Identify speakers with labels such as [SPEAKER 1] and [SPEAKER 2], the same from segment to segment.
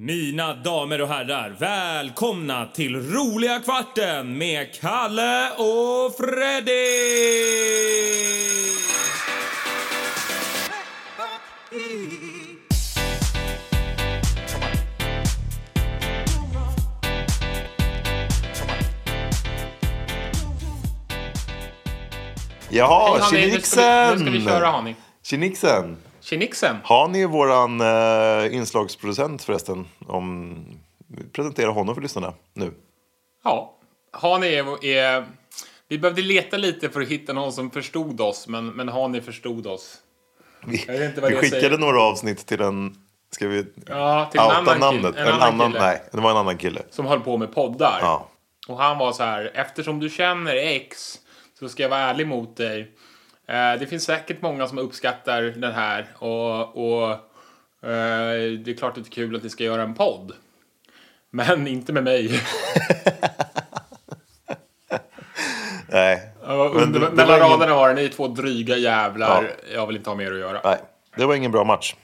[SPEAKER 1] Mina damer och herrar, välkomna till Roliga Kvarten med Kalle och Freddy!
[SPEAKER 2] Jaha, Oh,
[SPEAKER 3] Hej, Hanni, nu ska vi- Nu ska vi köra
[SPEAKER 2] Kinixen!
[SPEAKER 3] Hanni.
[SPEAKER 2] Kinixen!
[SPEAKER 3] Kinixen.
[SPEAKER 2] Han är våran eh, inslagsproducent förresten. Om... Presentera honom för lyssnarna nu.
[SPEAKER 3] Ja. Hanni är, är... Vi behövde leta lite för att hitta någon som förstod oss, men, men Hanni förstod oss.
[SPEAKER 2] Vi,
[SPEAKER 3] Jag vet inte vad
[SPEAKER 2] vi
[SPEAKER 3] jag
[SPEAKER 2] skickade
[SPEAKER 3] säger.
[SPEAKER 2] några avsnitt till en... Ska vi
[SPEAKER 3] Ja, till en
[SPEAKER 2] outa
[SPEAKER 3] annan
[SPEAKER 2] namnet?
[SPEAKER 3] kille. En annan kille.
[SPEAKER 2] Nej, det var en annan kille.
[SPEAKER 3] Som höll på med poddar.
[SPEAKER 2] Ja.
[SPEAKER 3] Och han var så här, eftersom du känner X så ska jag vara ärlig mot dig. Eh, det finns säkert många som uppskattar den här och, och eh, det är klart att det är kul att ni ska göra en podd. Men inte med mig.
[SPEAKER 2] Nej.
[SPEAKER 3] Ja,
[SPEAKER 2] Men
[SPEAKER 3] Under,
[SPEAKER 2] det- det
[SPEAKER 3] mellan
[SPEAKER 2] var ingen-
[SPEAKER 3] raderna var det, ni är två dryga jävlar, jag vill inte ha mer att göra.
[SPEAKER 2] Nej, det var ingen bra match.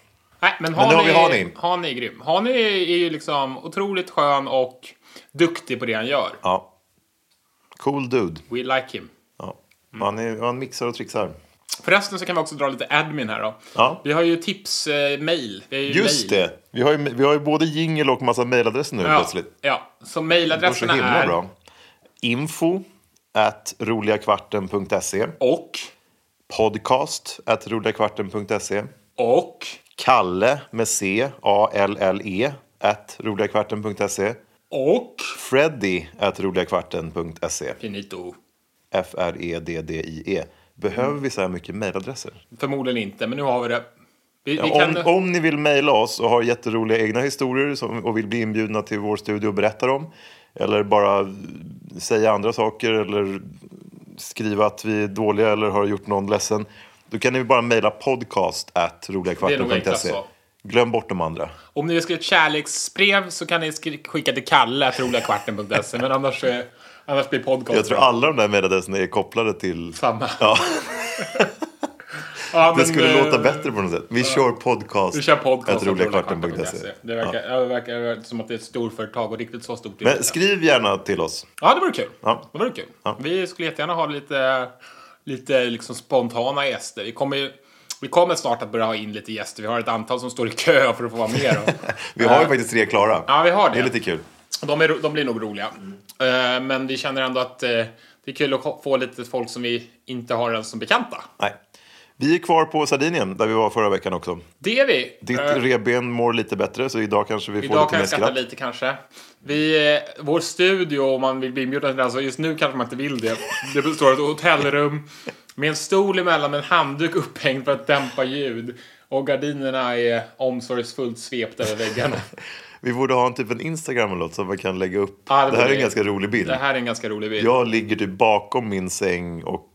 [SPEAKER 3] Nej, men
[SPEAKER 2] Men nu har vi
[SPEAKER 3] Hani,
[SPEAKER 2] Hani.
[SPEAKER 3] Hani är grym. Hani är ju liksom otroligt skön och duktig på det han gör.
[SPEAKER 2] Ja. Cool dude.
[SPEAKER 3] We like him.
[SPEAKER 2] Ja.
[SPEAKER 3] Mm.
[SPEAKER 2] Han, är, han mixar och trixar.
[SPEAKER 3] Förresten så kan vi också dra lite admin här då.
[SPEAKER 2] Ja.
[SPEAKER 3] Vi har ju eh, tips-mail.
[SPEAKER 2] Just det! Vi har ju, vi har ju både jingel och massa mejladresser nu
[SPEAKER 3] Ja,
[SPEAKER 2] plötsligt.
[SPEAKER 3] ja, så
[SPEAKER 2] Det går så
[SPEAKER 3] mejladresserna
[SPEAKER 2] himla
[SPEAKER 3] är
[SPEAKER 2] bra. Info at roligakvarten.se
[SPEAKER 3] och,
[SPEAKER 2] Podcast at roligakvarten.se
[SPEAKER 3] och,
[SPEAKER 2] Kalle med C, A-L-L-E E, at roligakvarten.se
[SPEAKER 3] och.
[SPEAKER 2] Freddy at roligakvarten.se
[SPEAKER 3] Finito.
[SPEAKER 2] E F-R-E-D-D-I-E Behöver vi så här mycket mejladresser?
[SPEAKER 3] Förmodligen inte, men nu har vi det. Vi, vi
[SPEAKER 2] Om,
[SPEAKER 3] kan...
[SPEAKER 2] om ni vill mejla oss och har jätteroliga egna historier som, och vill bli inbjudna till vår studio och berätta dem eller bara säga andra saker eller skriva att vi är dåliga eller har gjort någon ledsen då kan ni bara mejla podcast at
[SPEAKER 3] Det är nog enklast
[SPEAKER 2] roligakvarten.se.
[SPEAKER 3] så.
[SPEAKER 2] Glöm bort de andra.
[SPEAKER 3] Om ni vill skriva ett kärleksbrev så kan ni skri- skicka till Kalle, roligakvarten.se, men annars, eh, annars blir podcasten
[SPEAKER 2] Jag tror alla de där mejladresserna är kopplade till...
[SPEAKER 3] samma.
[SPEAKER 2] Ja,
[SPEAKER 3] Ja,
[SPEAKER 2] det
[SPEAKER 3] men,
[SPEAKER 2] skulle
[SPEAKER 3] eh,
[SPEAKER 2] låta bättre på något sätt. Vi kör podcast
[SPEAKER 3] Vi kör podcast.
[SPEAKER 2] at roligakvarten.se.
[SPEAKER 3] Det verkar, ja. det verkar som att det är ett storföretag och riktigt så stort. är det
[SPEAKER 2] Men
[SPEAKER 3] inte.
[SPEAKER 2] skriv gärna till oss.
[SPEAKER 3] Ja, det vore kul.
[SPEAKER 2] Ja.
[SPEAKER 3] Det vore kul.
[SPEAKER 2] Ja.
[SPEAKER 3] Vi skulle jättegärna ha lite, lite liksom spontana gäster. Vi kommer, ju- vi kommer snart att börja ha in lite gäster. Vi har ett antal som står i kö för att få vara med. Då.
[SPEAKER 2] Vi har ju
[SPEAKER 3] Eh,
[SPEAKER 2] faktiskt tre klara.
[SPEAKER 3] Ja, vi har det.
[SPEAKER 2] Det är lite kul.
[SPEAKER 3] De, är, ro- de blir nog roliga. Eh, Men vi känner ändå att eh, det är kul att ha- få lite folk som vi inte har ens som bekanta.
[SPEAKER 2] Nej. Vi är kvar på Sardinien, där vi var förra veckan också.
[SPEAKER 3] Det är vi.
[SPEAKER 2] Ditt
[SPEAKER 3] Eh,
[SPEAKER 2] revben mår lite bättre, så idag kanske vi får
[SPEAKER 3] Idag
[SPEAKER 2] lite
[SPEAKER 3] kan
[SPEAKER 2] mer
[SPEAKER 3] jag skratta
[SPEAKER 2] skratt.
[SPEAKER 3] lite kanske. Vi, eh, vår studio, om man vill bli inbjuden till den, så just nu kanske man inte vill det. Det består av ett hotellrum med en stol emellan med en handduk upphängd för att dämpa ljud. Och gardinerna är omsorgsfullt svepta över väggarna.
[SPEAKER 2] Vi borde ha en typ en Instagram eller något som vi kan lägga upp.
[SPEAKER 3] Ja, det
[SPEAKER 2] det, här är
[SPEAKER 3] borde-
[SPEAKER 2] en ganska rolig bild.
[SPEAKER 3] Det här är en ganska rolig bild.
[SPEAKER 2] Jag ligger typ bakom min säng och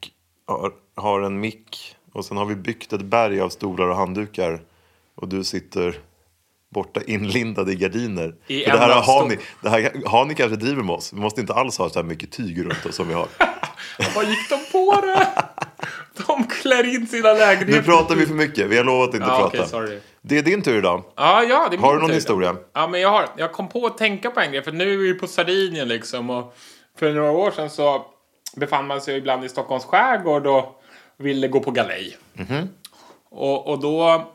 [SPEAKER 2] har, har en mick. Och sen har vi byggt ett berg av stolar och handdukar. Och du sitter borta inlindad i gardiner.
[SPEAKER 3] I
[SPEAKER 2] För
[SPEAKER 3] en
[SPEAKER 2] det här
[SPEAKER 3] av
[SPEAKER 2] har
[SPEAKER 3] stol-
[SPEAKER 2] ni, det här har ni kanske driver med oss. Vi måste inte alls ha så här mycket tyg runt oss som vi har.
[SPEAKER 3] Vad gick de på det? De klär in sina lägenheter.
[SPEAKER 2] Nu pratar vi för mycket. Vi har lovat att inte
[SPEAKER 3] Ja,
[SPEAKER 2] prata.
[SPEAKER 3] okej, sorry.
[SPEAKER 2] Det är din tur idag.
[SPEAKER 3] Ja, ja, det är
[SPEAKER 2] Har
[SPEAKER 3] min
[SPEAKER 2] du någon
[SPEAKER 3] tur.
[SPEAKER 2] historia?
[SPEAKER 3] Ja, men jag har. Jag kom på att tänka på en grej, för nu är vi på Sardinien liksom. Och för några år sedan så befann man sig ibland i Stockholms skärgård och ville gå på galej.
[SPEAKER 2] Mhm.
[SPEAKER 3] Och, och då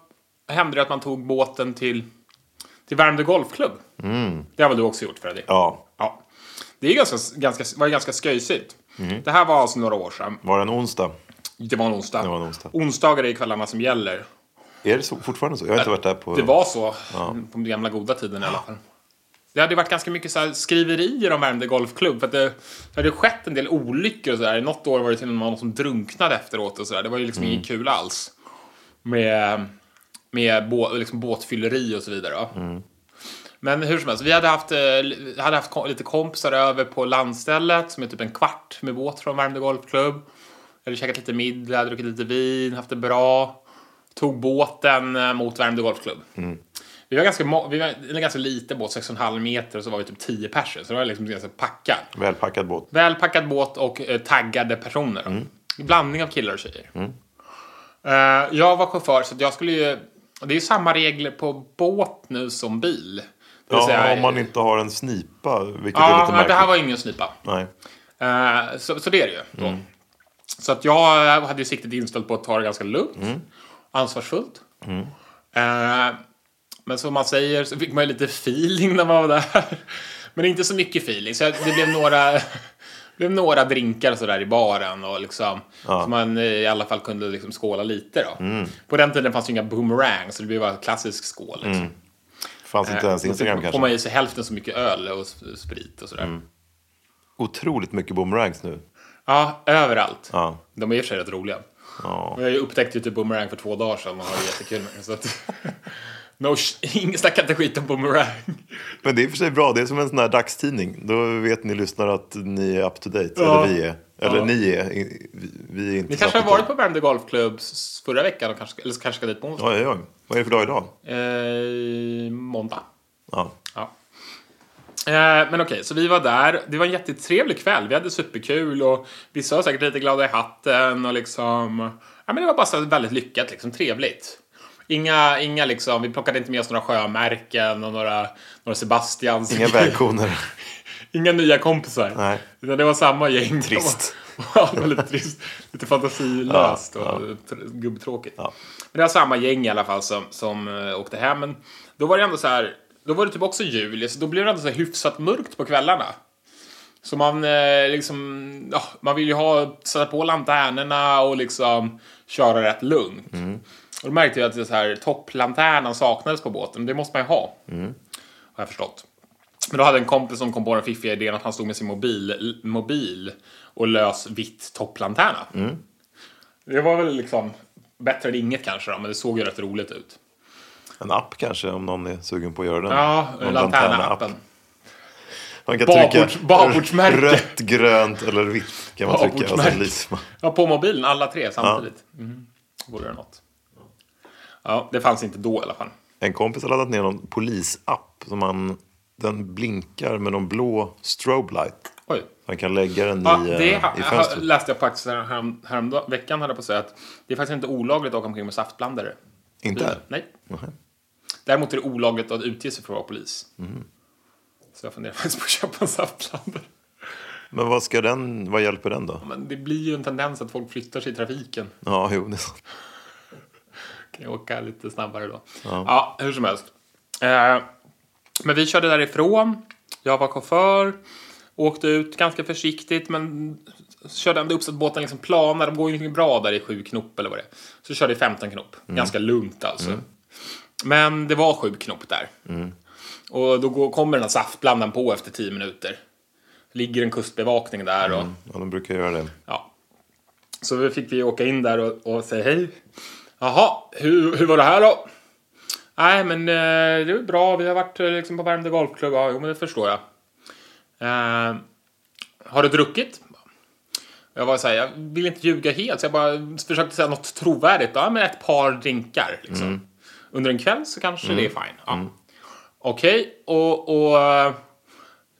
[SPEAKER 3] hände det att man tog båten till, till Värmdö Golfklubb. Det har väl du också gjort, Freddy?
[SPEAKER 2] Mm. Ja.
[SPEAKER 3] Ja. Det är ganska, ganska, var ju ganska sköjsigt.
[SPEAKER 2] Mhm.
[SPEAKER 3] Det här var alltså några år sedan.
[SPEAKER 2] Var det en onsdag?
[SPEAKER 3] Det var en onsdag.
[SPEAKER 2] var en onsdag.
[SPEAKER 3] Onsdagar är kvällarna som gäller.
[SPEAKER 2] Är det så, fortfarande så? Jag har inte varit där på...
[SPEAKER 3] Det var så på den gamla goda tiden i alla fall. Det hade varit ganska mycket så här skriverier om Värmdö Golfklubb för att det, det hade skett en del olyckor och sådär. Något år var det till och med någon som drunknade efteråt och sådär. Det var ju liksom inget kul alls. Med, med bå, liksom båtfylleri och så vidare. va. Men hur som helst, vi hade haft, eh, li- hade haft ko- lite kompisar över på landstället som är typ en kvart med båt från Värmdö Golfklubb. Vi hade käkat lite middag, druckit lite vin, haft det bra. Tog båten eh, mot Värmdö Golfklubb.
[SPEAKER 2] Mm.
[SPEAKER 3] Vi var ganska, må- vi var en ganska liten båt, 6,5 meter och så var vi typ 10 personer. Så det var liksom ganska packat.
[SPEAKER 2] Välpackad båt.
[SPEAKER 3] Välpackad båt och eh, taggade personer. då.
[SPEAKER 2] Mm.
[SPEAKER 3] Blandning av killar och tjejer. Eh, jag var chaufför så att jag skulle ju... Det är ju samma regler på båt nu som bil. Det vill
[SPEAKER 2] Ja,
[SPEAKER 3] säga-
[SPEAKER 2] om man inte har en snipa, vilket
[SPEAKER 3] Ja,
[SPEAKER 2] är lite
[SPEAKER 3] men
[SPEAKER 2] märkligt.
[SPEAKER 3] det här var ingen snipa.
[SPEAKER 2] Nej.
[SPEAKER 3] Eh, så, så det är det ju. Då.
[SPEAKER 2] Mm.
[SPEAKER 3] Så att jag eh, hade ju siktet inställt på att ta det ganska lugnt.
[SPEAKER 2] Mm.
[SPEAKER 3] Ansvarsfullt. Eh, men som man säger så fick man ju lite feeling när man var där. Men inte så mycket feeling. Så jag, det blev några, det blev några drinkar sådär i baren. Och liksom, Så man eh, i alla fall kunde liksom skåla lite då.
[SPEAKER 2] Mm.
[SPEAKER 3] På den tiden fanns ju inga boomerang så det blev bara en klassisk skål. Liksom.
[SPEAKER 2] Fanns Mm, inte ens
[SPEAKER 3] Då fick-
[SPEAKER 2] Instagram
[SPEAKER 3] får
[SPEAKER 2] kanske. Mm.
[SPEAKER 3] man i sig hälften så mycket öl och s- sprit och sådär.
[SPEAKER 2] Otroligt mycket boomerangs nu.
[SPEAKER 3] Ja, överallt.
[SPEAKER 2] Ja.
[SPEAKER 3] De är i och för sig rätt roliga.
[SPEAKER 2] Ja.
[SPEAKER 3] Och Jag upptäckte ju typ boomerang för två dagar sedan och har jättekul med det. Så att... No, sh- ingen snackar inte skit om boomerang.
[SPEAKER 2] Men det är i och för sig bra. Det är som en sån här dagstidning. Då vet ni lyssnare att ni är up to date.
[SPEAKER 3] Ja.
[SPEAKER 2] Eller vi är. Eller
[SPEAKER 3] Ja.
[SPEAKER 2] ni är. I- vi- Vi är inte
[SPEAKER 3] Ni kanske
[SPEAKER 2] up
[SPEAKER 3] har
[SPEAKER 2] to
[SPEAKER 3] varit
[SPEAKER 2] date.
[SPEAKER 3] på Värmdö Golfklubb s- förra veckan, och kanske, eller så kanske ska dit på onsdag?
[SPEAKER 2] Oj, oj, oj. Vad är det för dag idag?
[SPEAKER 3] Eh, måndag.
[SPEAKER 2] Ja.
[SPEAKER 3] Ja. Eh, men okej, så vi var där. Det var en jättetrevlig kväll. Vi hade superkul och vissa var säkert lite glada i hatten och liksom... Ja, men det var bara så väldigt lyckat liksom. Trevligt. Inga, inga liksom, vi plockade inte med oss några sjömärken och några, några Sebastians.
[SPEAKER 2] Inga vägkoner.
[SPEAKER 3] Inga nya kompisar.
[SPEAKER 2] Nej.
[SPEAKER 3] Utan det var samma gäng.
[SPEAKER 2] Trist.
[SPEAKER 3] ja, det var lite trist. Lite fantasilöst
[SPEAKER 2] Ja,
[SPEAKER 3] och tr- gubbtråkigt.
[SPEAKER 2] Ja.
[SPEAKER 3] Men det var samma gäng i alla fall som, som eh, åkte hem. Men då var det ändå så här, då var det typ också juli, så då blev det ändå så här hyfsat mörkt på kvällarna. Så man eh, liksom, ja, man vill ju ha, sätta på lanternorna och liksom köra rätt lugnt.
[SPEAKER 2] Mm.
[SPEAKER 3] Och då märkte jag att det så här, toppplanternan saknades på båten, det måste man ju ha.
[SPEAKER 2] Mm.
[SPEAKER 3] Har jag förstått. Men då hade en kompis som kom på den fiffiga idén att han stod med sin mobil, l- mobil och lös vitt topplanterna.
[SPEAKER 2] Mm.
[SPEAKER 3] Det var väl liksom bättre än inget kanske då, men det såg ju rätt roligt ut.
[SPEAKER 2] En app kanske om någon är sugen på att göra den.
[SPEAKER 3] Ja,
[SPEAKER 2] Någon
[SPEAKER 3] lanterna-appen.
[SPEAKER 2] Man kan
[SPEAKER 3] Bakbords-
[SPEAKER 2] trycka
[SPEAKER 3] bakbordsmärke.
[SPEAKER 2] rött, grönt eller vitt. Kan man trycka Alltså och
[SPEAKER 3] Bakbordsmärke.
[SPEAKER 2] så lyser man.
[SPEAKER 3] Ja, på mobilen, alla tre samtidigt. Mm. Vore det något. Ja, det fanns inte då i alla fall.
[SPEAKER 2] En kompis har laddat ner någon polisapp. Som man, den blinkar med någon blå strobe light.
[SPEAKER 3] Oj.
[SPEAKER 2] Man kan lägga den
[SPEAKER 3] Ja,
[SPEAKER 2] i, eh,
[SPEAKER 3] det ha,
[SPEAKER 2] i
[SPEAKER 3] ha,
[SPEAKER 2] fönstret.
[SPEAKER 3] läste jag faktiskt härom, häromdagen, veckan höll jag på att säga, att det är faktiskt inte olagligt att åka omkring med saftblandare.
[SPEAKER 2] Inte?
[SPEAKER 3] Nej. Däremot är det olagligt att utge sig för att vara polis. Så jag funderar faktiskt på att köpa en saftblandare.
[SPEAKER 2] Men vad, ska den, vad hjälper den då?
[SPEAKER 3] Men det blir ju en tendens att folk flyttar sig i trafiken.
[SPEAKER 2] Ja, jo, det är sant.
[SPEAKER 3] Kan jag åka lite snabbare då. Ja, hur som helst. Eh, men vi körde därifrån. Jag var chaufför. Åkte ut ganska försiktigt men körde ändå upp så att båten liksom planar. De går ju inte bra där i 7 knop eller vad det är. Så körde i 15 knop. Ganska lugnt alltså. Men det var 7 knop där. Och då går, kommer den här saftblandaren på efter 10 minuter. Ligger en kustbevakning där och
[SPEAKER 2] Ja, de brukar göra det.
[SPEAKER 3] Ja. Så vi fick vi åka in där och, och säga hej. Jaha, hur, hur var det här då? Nej, men eh, det var bra. Vi har varit eh, liksom, på Värmdö Golfklubb. Ja, jo, men det förstår jag. Eh, har du druckit? Jag var så här, jag vill inte ljuga helt, så jag bara försökte säga något trovärdigt. Ja, men ett par drinkar. Liksom. Under en kväll så kanske det är fine. Ja. Okej, och, och eh,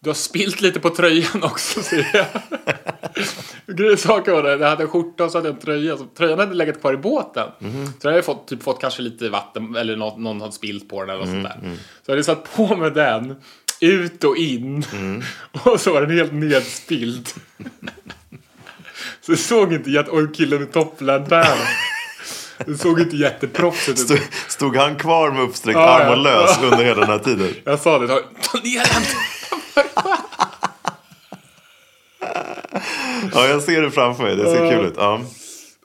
[SPEAKER 3] du har spilt lite på tröjan också, ser jag. Grejsaken var det, jag hade en skjorta och så hade jag en tröja. Så tröjan hade legat kvar i båten. Så jag hade jag fått, typ, fått kanske lite vatten eller något, någon hade spilt på den eller något sånt där. Så jag hade satt på med den, ut och in. Och så var den helt nedspilld. så jag såg inte jätte... Oj, killen med topplanterna. Det såg inte jätteproffsigt ut.
[SPEAKER 2] Stod, stod han kvar med uppsträckt
[SPEAKER 3] Ja,
[SPEAKER 2] arm och
[SPEAKER 3] ja.
[SPEAKER 2] lös under hela den här tiden?
[SPEAKER 3] Jag sa det, ta ta ner den!
[SPEAKER 2] Ja, jag ser det framför mig. Det ser kul ut. Ja.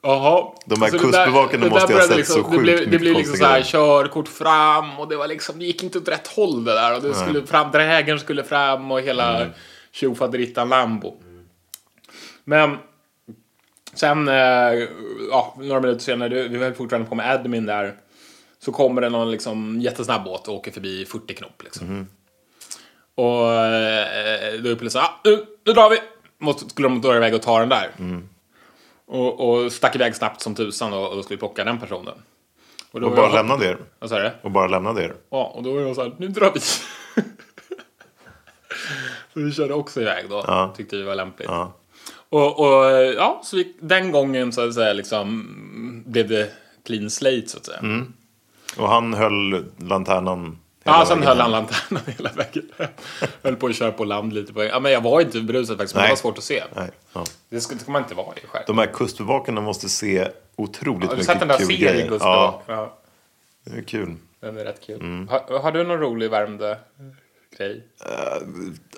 [SPEAKER 3] Jaha.
[SPEAKER 2] De här
[SPEAKER 3] Så det
[SPEAKER 2] kustbevakarna
[SPEAKER 3] det
[SPEAKER 2] måste
[SPEAKER 3] där
[SPEAKER 2] jag ha
[SPEAKER 3] började
[SPEAKER 2] sett så
[SPEAKER 3] Det
[SPEAKER 2] sjukt
[SPEAKER 3] blev, det
[SPEAKER 2] mycket
[SPEAKER 3] blev liksom så
[SPEAKER 2] konstiga
[SPEAKER 3] här,
[SPEAKER 2] grejer.
[SPEAKER 3] körkort fram och det var liksom, det gick inte åt rätt håll det där. Och det skulle fram, drägen skulle fram och hela
[SPEAKER 2] Mm.
[SPEAKER 3] tjofaderittan Lambo. Men sen, eh, ja, några minuter senare, det- vi höll fortfarande på med admin där. Så kommer det någon liksom jättesnabb båt och åker förbi 40 knop liksom.
[SPEAKER 2] Mhm.
[SPEAKER 3] Och eh, då är polisen, ah, nu, nu drar vi! Måste, skulle de dra iväg och ta den där.
[SPEAKER 2] Mm.
[SPEAKER 3] Och, och stack iväg snabbt som tusan och, och då skulle vi plocka den personen. då
[SPEAKER 2] Och
[SPEAKER 3] var
[SPEAKER 2] bara
[SPEAKER 3] jag-
[SPEAKER 2] lämnade er.
[SPEAKER 3] Vad sa du?
[SPEAKER 2] Och bara lämnade er.
[SPEAKER 3] Ja, och då var jag så här, nu drar vi. så vi körde också iväg då. Tyckte vi var lämpligt.
[SPEAKER 2] Ja.
[SPEAKER 3] Och, och ja, så vi, den gången så att säga liksom blev det clean slate så att
[SPEAKER 2] Mm.
[SPEAKER 3] säga.
[SPEAKER 2] Och han höll lanternan hela
[SPEAKER 3] Ja, sen
[SPEAKER 2] vägen.
[SPEAKER 3] höll han lanternan hela vägen. höll på att köra på land lite. På, ja, men jag var inte berusad faktiskt, men det
[SPEAKER 2] Nej.
[SPEAKER 3] var svårt att se.
[SPEAKER 2] Nej, ja.
[SPEAKER 3] Det ska, det ska man inte vara i själv.
[SPEAKER 2] De här kustbevakarna måste se
[SPEAKER 3] Har
[SPEAKER 2] otroligt
[SPEAKER 3] du
[SPEAKER 2] mycket
[SPEAKER 3] sett den där
[SPEAKER 2] kul
[SPEAKER 3] serien,
[SPEAKER 2] grejer.
[SPEAKER 3] Gustav?
[SPEAKER 2] Ja, Mm.
[SPEAKER 3] Ja,
[SPEAKER 2] det är kul.
[SPEAKER 3] den är rätt kul. Har, har du någon rolig Värmdö-grej?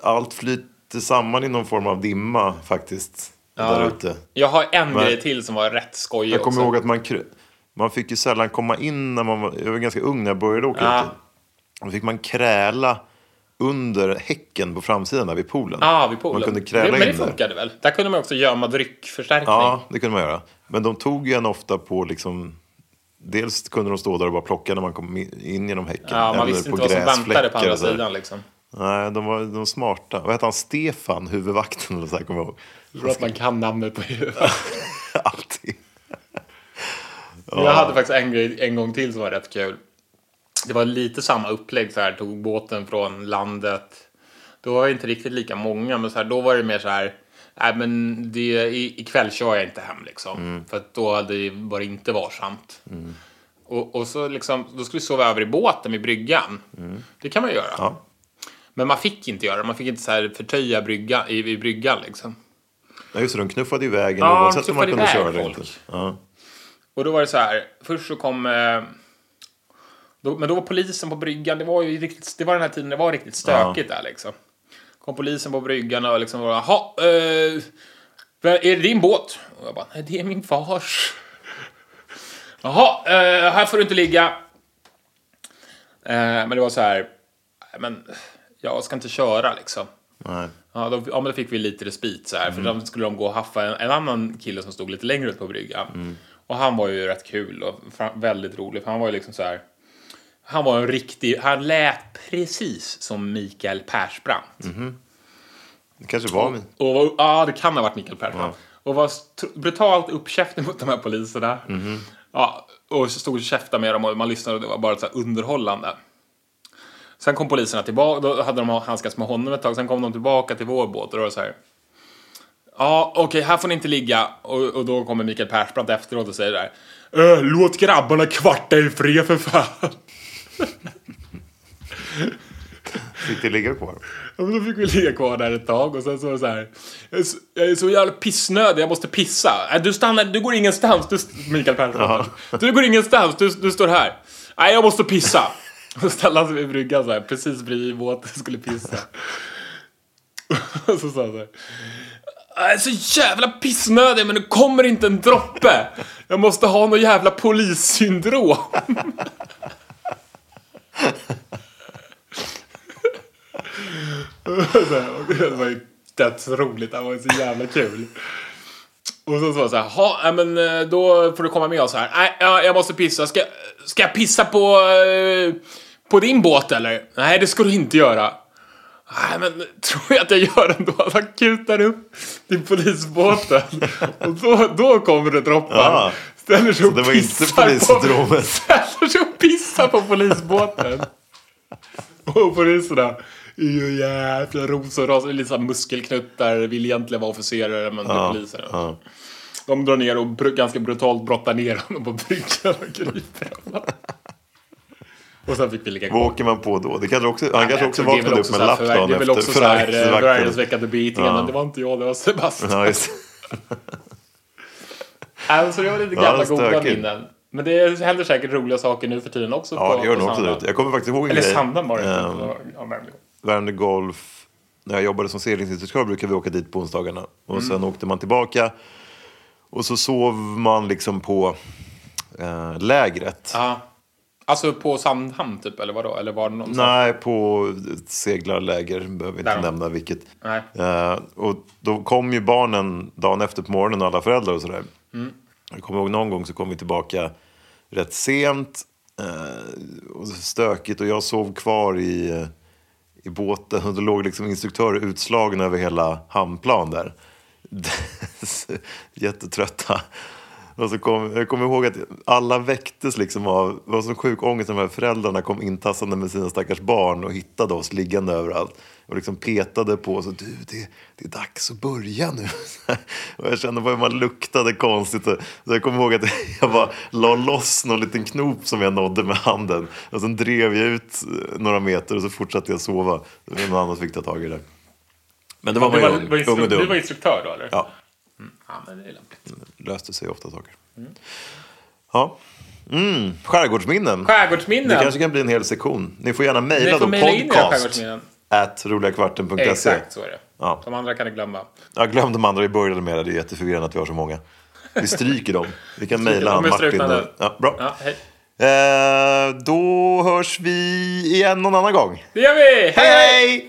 [SPEAKER 2] Allt flyter samman i någon form av dimma faktiskt. Där ute.
[SPEAKER 3] Jag har en
[SPEAKER 2] Men-
[SPEAKER 3] grej till som var rätt skojig
[SPEAKER 2] Jag kommer
[SPEAKER 3] också.
[SPEAKER 2] ihåg att man, kry- man fick ju sällan komma in när man var, jag var ganska ung när jag började åka
[SPEAKER 3] Ja.
[SPEAKER 2] ja. Då fick man kräla under häcken på framsidan där vid poolen.
[SPEAKER 3] Ja, ah, vid poolen.
[SPEAKER 2] Man kunde kräla
[SPEAKER 3] det, Men det
[SPEAKER 2] in där.
[SPEAKER 3] funkade väl? Där kunde man också gömma dryckförstärkning.
[SPEAKER 2] Ja, det kunde man göra. Men de tog ju en ofta på liksom... Dels kunde de stå där och bara plocka när man kom in genom häcken.
[SPEAKER 3] Ja, man
[SPEAKER 2] eller
[SPEAKER 3] visste
[SPEAKER 2] på
[SPEAKER 3] inte vad som väntade på
[SPEAKER 2] gräsfläckar
[SPEAKER 3] andra
[SPEAKER 2] och så här.
[SPEAKER 3] sidan liksom.
[SPEAKER 2] Nej, de var de var smarta. Vad hette han? Stefan, huvudvakten eller så här, kommer jag ihåg.
[SPEAKER 3] Tror att man kan namnet på huvudet.
[SPEAKER 2] Alltid.
[SPEAKER 3] Jag hade faktiskt en grej en gång till som var rätt kul. Det var lite samma upplägg så här, tog båten från landet. Då var det inte riktigt lika många, men så här, då var det mer så här. Nej, men det, i, ikväll kör jag inte hem liksom. För att då hade det varit inte varsamt. Och, och så liksom, då skulle vi sova över i båten vid bryggan. Det kan man göra.
[SPEAKER 2] Ja.
[SPEAKER 3] Men man fick inte göra det. Man fick inte så här förtöja brygga, i, i bryggan liksom.
[SPEAKER 2] Ja, just det, de knuffade iväg en
[SPEAKER 3] Ja, de
[SPEAKER 2] oavsett om man
[SPEAKER 3] knuffade
[SPEAKER 2] kunde
[SPEAKER 3] iväg
[SPEAKER 2] köra eller inte.
[SPEAKER 3] folk.
[SPEAKER 2] Ja.
[SPEAKER 3] Och då var det så här, först så kom... Eh, då, men då var polisen på bryggan, det var ju riktigt, det var den här tiden det var riktigt stökigt där liksom. Kom polisen på bryggan och liksom bara, jaha, eh, vem- är det din båt? Och jag bara, nej det är min fars. Jaha, eh, här får du inte ligga. Eh, men det var så här, "Nej, men jag ska inte köra liksom.
[SPEAKER 2] Nej.
[SPEAKER 3] Ja, då, ja, men då fick vi lite respit så här. För då skulle de gå och haffa en, en annan kille som stod lite längre ut på bryggan. Och han var ju rätt kul och fra- väldigt rolig. För han var ju liksom så här. Han var en riktig, han lät precis som Mikael Persbrandt.
[SPEAKER 2] Det kanske var min.
[SPEAKER 3] Och var, ja, det kan ha varit Mikael Persson. Och var st- brutalt uppkäftig mot de här poliserna. Ja, och så stod och käftade med dem och man lyssnade och det var bara så här underhållande. Sen kom poliserna tillbaka, då hade de handskats med honom ett tag, sen kom de tillbaka till vår båt och då var det så här. Ja, okej, här får ni inte ligga. Och, och då kommer Mikael Persbrandt efteråt och säger det här. "Eh, Låt grabbarna kvarta i fred för fan.
[SPEAKER 2] Fick det ligga kvar?
[SPEAKER 3] Ja, men då fick vi ligga kvar där ett tag och sen så var det så här. Jag är så, jag är så jävla pissnödig, jag måste pissa. Nej, du stannar, du går ingenstans. Du, st- Mikael Persson. Du går ingenstans, du, du står här. Nej, jag måste pissa. Och ställde sig vid bryggan så här, precis bredvid båten, skulle pissa. Och så sa han så här. Jag är så jävla pissnödig men det kommer inte en droppe. Jag måste ha något jävla polissyndrom. Så här, och det var ju dödsroligt, det var ju så jävla kul. Och så sa jag så här, "Ha, ja men eh, då får du komma med oss här. Nej, ja, jag måste pissa. Ska, ska jag pissa på, eh, på din båt eller? Nej, det ska du inte göra. Nej, men tror jag att jag gör ändå. Han kutar upp till polisbåten. Och då, då kommer det droppar.
[SPEAKER 2] Ja.
[SPEAKER 3] Ställer sig och
[SPEAKER 2] det var inte
[SPEAKER 3] pissar på,
[SPEAKER 2] polissyndromet.
[SPEAKER 3] Ställer sig och pissar på polisbåten. Och poliserna är ju jävla rosenrasande. Lite såhär muskelknuttar, vill egentligen vara officerare men ja, poliser.
[SPEAKER 2] ja.
[SPEAKER 3] De drar ner och br- ganska brutalt brottar ner honom på bryggan och griper honom. Och sen fick vi ligga
[SPEAKER 2] Vad
[SPEAKER 3] kvar.
[SPEAKER 2] åker man på då? Det kanske också, han kanske
[SPEAKER 3] Jag
[SPEAKER 2] också
[SPEAKER 3] tror det är väl
[SPEAKER 2] vaknade upp
[SPEAKER 3] också
[SPEAKER 2] med
[SPEAKER 3] så här eh, förvär-
[SPEAKER 2] en lapp dagen
[SPEAKER 3] Det är väl också
[SPEAKER 2] efter.
[SPEAKER 3] såhär
[SPEAKER 2] Förargelseväckande.
[SPEAKER 3] förargelseväckande beteende. Det var inte jag, det var Sebastian.
[SPEAKER 2] Ja, just det.
[SPEAKER 3] Alltså det var lite
[SPEAKER 2] Ja,
[SPEAKER 3] gamla goda
[SPEAKER 2] stökigt.
[SPEAKER 3] minnen. Men det händer säkert roliga saker nu för tiden också.
[SPEAKER 2] Ja,
[SPEAKER 3] på,
[SPEAKER 2] det gör
[SPEAKER 3] på
[SPEAKER 2] nog också
[SPEAKER 3] Sandhamn.
[SPEAKER 2] det. Jag kommer faktiskt ihåg en
[SPEAKER 3] Eller
[SPEAKER 2] grej.
[SPEAKER 3] Sandhamn var det inte.
[SPEAKER 2] Ehm,
[SPEAKER 3] Det var- ja, men-
[SPEAKER 2] Värmdö Golf när jag jobbade som seglinginstruktör brukade vi åka dit på onsdagarna. Och
[SPEAKER 3] Mm.
[SPEAKER 2] sen åkte man tillbaka och så sov man liksom på eh, lägret.
[SPEAKER 3] Ja. Alltså på Sandhamn typ, eller vadå? Eller var det någonstans?
[SPEAKER 2] Nej, på ett seglarläger, behöver inte
[SPEAKER 3] Där.
[SPEAKER 2] nämna vilket.
[SPEAKER 3] Nej.
[SPEAKER 2] Eh, och då kom ju barnen dagen efter på morgonen, alla föräldrar och sådär. Jag kommer ihåg någon gång så kom vi tillbaka rätt sent eh, och stökigt och jag sov kvar i, eh, i båten och det låg liksom instruktörer utslagna över hela hamnplan där. Jättetrötta. Och så kom, jag kommer ihåg att alla väcktes liksom av, det var som sjuk ångest när de här föräldrarna kom intassande med sina stackars barn och hittade oss liggande överallt. Och liksom petade på oss och du, det, det är dags att börja nu. och jag kände bara hur man luktade konstigt. Och- Så jag kommer ihåg att jag bara la loss någon liten knop som jag nådde med handen. Och sen drev jag ut eh, några meter och så fortsatte jag sova. Det var någon annan som fick ta tag i det. Men det var
[SPEAKER 3] Du
[SPEAKER 2] man
[SPEAKER 3] var,
[SPEAKER 2] ju
[SPEAKER 3] du, var
[SPEAKER 2] ung, ung
[SPEAKER 3] instru-
[SPEAKER 2] och
[SPEAKER 3] du var
[SPEAKER 2] dum.
[SPEAKER 3] instruktör då eller?
[SPEAKER 2] Ja,
[SPEAKER 3] ja men det är lämpligt.
[SPEAKER 2] löste sig ofta saker. Ja. Mm, skärgårdsminnen. Det
[SPEAKER 3] Skärgårdsminnen!
[SPEAKER 2] kanske kan bli en hel sektion. Ni får gärna
[SPEAKER 3] Ni
[SPEAKER 2] mejla
[SPEAKER 3] får
[SPEAKER 2] då.
[SPEAKER 3] mejla in era
[SPEAKER 2] Podcast
[SPEAKER 3] skärgårdsminnen.
[SPEAKER 2] at roligakvarten.se.
[SPEAKER 3] Exakt så är det.
[SPEAKER 2] Ja.
[SPEAKER 3] De andra kan ni glömma.
[SPEAKER 2] Jag glömde de andra vi började med. Det Det är jätteförvirrande att vi har så många. Vi stryker dem. Vi kan mejla han
[SPEAKER 3] dem. De är
[SPEAKER 2] Martin.
[SPEAKER 3] strukna
[SPEAKER 2] och-
[SPEAKER 3] nu.
[SPEAKER 2] Ja, bra.
[SPEAKER 3] Ja, hej.
[SPEAKER 2] Eh, då hörs vi igen någon annan gång.
[SPEAKER 3] Det gör vi! Hej!
[SPEAKER 2] Hej, hej!